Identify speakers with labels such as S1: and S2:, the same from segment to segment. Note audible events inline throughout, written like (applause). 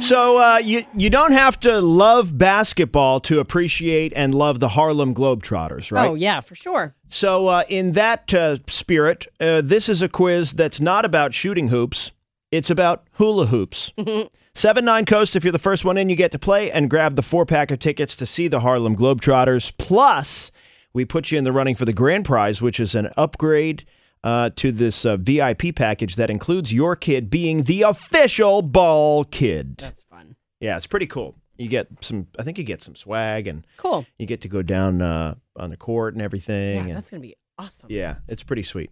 S1: So uh, you you don't have to love basketball to appreciate and love the Harlem Globetrotters, right?
S2: Oh, yeah, for sure.
S1: So uh, in that uh, spirit, uh, this is a quiz that's not about shooting hoops. It's about hula hoops. Seven Nine Coast. If you're the first one in, you get to play and grab the four pack of tickets to see the Harlem Globetrotters. Plus, we put you in the running for the grand prize, which is an upgrade uh, to this uh, VIP package that includes your kid being the official ball kid.
S2: That's fun.
S1: Yeah, it's pretty cool. You get some. I think you get some swag, and
S2: Cool.
S1: you get to go down uh, on the court and everything.
S2: Yeah,
S1: and
S2: that's going to be awesome.
S1: yeah, it's pretty sweet.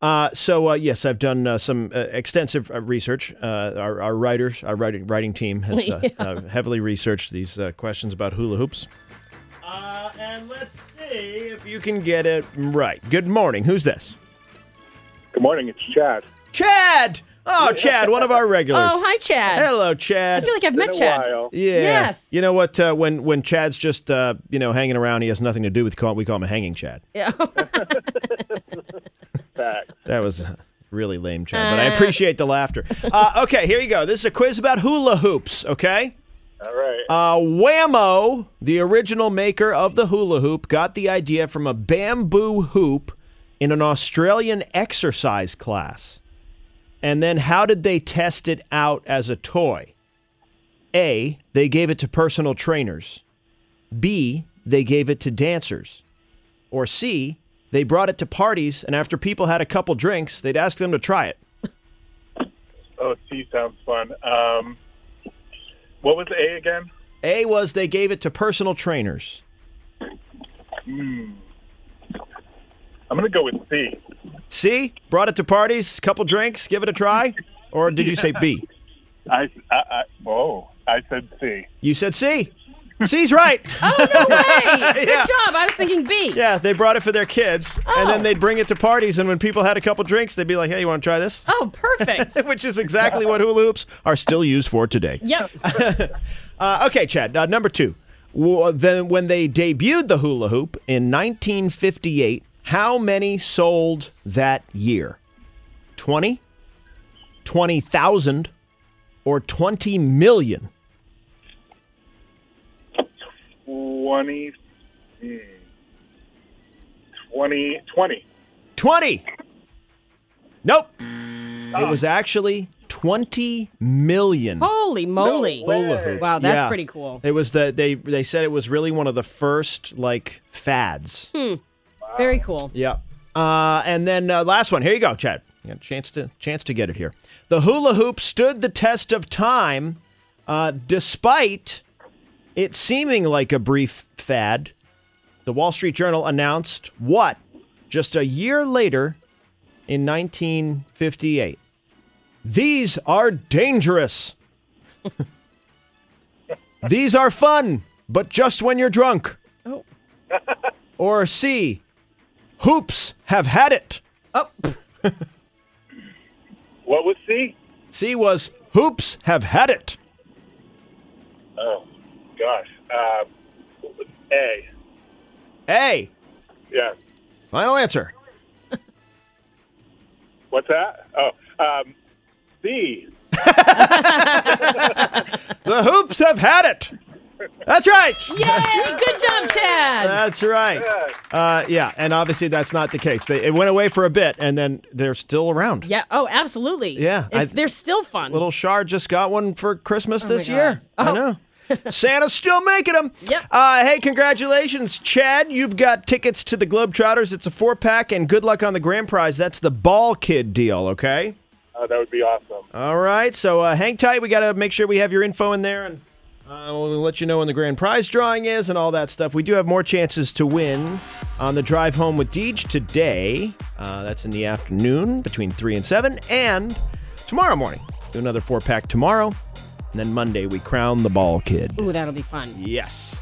S1: Uh, so uh, yes, I've done uh, some uh, extensive uh, research. Uh, our, our writers, our writing writing team
S2: (laughs)
S1: has uh, uh, heavily researched these uh, questions about hula hoops. Uh, and let's see if you can get it right. Good morning. Who's this?
S3: Good morning, it's Chad.
S1: Chad. Oh, Chad, one of our regulars.
S2: Oh, hi, Chad.
S1: Hello,
S2: I
S1: Chad.
S2: feel like I've met
S3: Been a
S2: Chad.
S3: while.
S1: yeah.
S2: Yes.
S1: You know what? Uh, when when Chad's just uh, you know hanging around, he has nothing to do with. Call, we call him a hanging Chad.
S2: Yeah.
S3: Fact.
S1: That was a really lame, Chad, but I appreciate the laughter. Uh, okay, here you go. This is a quiz about hula hoops, okay?
S3: All right.
S1: Uh, Whammo, the original maker of the hula hoop, got the idea from a bamboo hoop in an Australian exercise class. And then how did they test it out as a toy? A, they gave it to personal trainers. B, they gave it to dancers. Or C, they brought it to parties, and after people had a couple drinks, they'd ask them to try it.
S3: oh, C sounds fun. Um, what was A again?
S1: A was they gave it to personal trainers.
S3: I'm going to go with C.
S1: C, brought it to parties, couple drinks, give it a try. Or did you say B?
S3: I, I, I, whoa, I said C.
S1: You said C. C's
S2: (laughs)
S1: right.
S2: hey, good
S1: Yeah.
S2: job. I was thinking B.
S1: Yeah, they brought it for their kids, and then
S2: Oh.
S1: they'd bring it to parties. And when people had a couple drinks, they'd be like, "Hey, you want to try this?"
S2: Oh,
S1: (laughs)
S2: perfect.
S1: Which is exactly what hula hoops are still used for today.
S2: yep.
S1: Uh, okay, Chad. Uh, number two. Well, then, when they debuted the hula hoop in 1958, how many sold that year? 20, 20,000, or 20 million?
S3: 20, hmm, 20, 20.
S1: 20. Nope. It was actually 20 million.
S2: Holy moly.
S3: way.
S1: hula hoops.
S2: Wow, that's
S1: Yeah.
S2: pretty cool.
S1: It was the they they said it was really one of the first like fads.
S2: Very cool.
S1: Yeah. Uh, and then uh, last one. Here you go, Chad. You got a chance to chance to get it here. The hula hoop stood the test of time, uh, despite it seeming like a brief fad. The Wall Street Journal announced what just a year later, in 1958. These are dangerous. (laughs) These are fun, but just when you're drunk.
S2: Oh.
S1: or C. Hoops have had it.
S2: Oh,
S3: What was C?
S1: C was hoops have had it.
S3: Oh, gosh. Uh, A.
S1: A.
S3: Yeah.
S1: Final answer.
S3: What's that? Oh, um, C.
S1: The hoops have had it. That's right.
S2: yay. Good job, Chad.
S1: That's right. Uh, yeah, and obviously that's not the case. They, it went away for a bit, and then they're still around.
S2: Yeah. Oh, absolutely.
S1: Yeah,
S2: If
S1: I-
S2: they're still fun.
S1: Little Shard just got one for Christmas this
S2: God.
S1: year. I
S2: Oh. (laughs)
S1: know. Santa's still making them.
S2: Yep.
S1: Uh, hey, congratulations, Chad. You've got tickets to the Globetrotters. It's a four pack, and good luck on the grand prize. That's the ball kid deal, okay?
S3: Oh, that would be awesome.
S1: All right. So uh, hang tight. We got to make sure we have your info in there, and uh, we'll let you know when the grand prize drawing is and all that stuff. We do have more chances to win on the drive home with Deej today. Uh, that's in the afternoon between 3 and 7, and tomorrow morning. Do another four pack tomorrow. And then Monday, we crown the ball kid.
S2: Ooh, that'll be fun.
S1: Yes.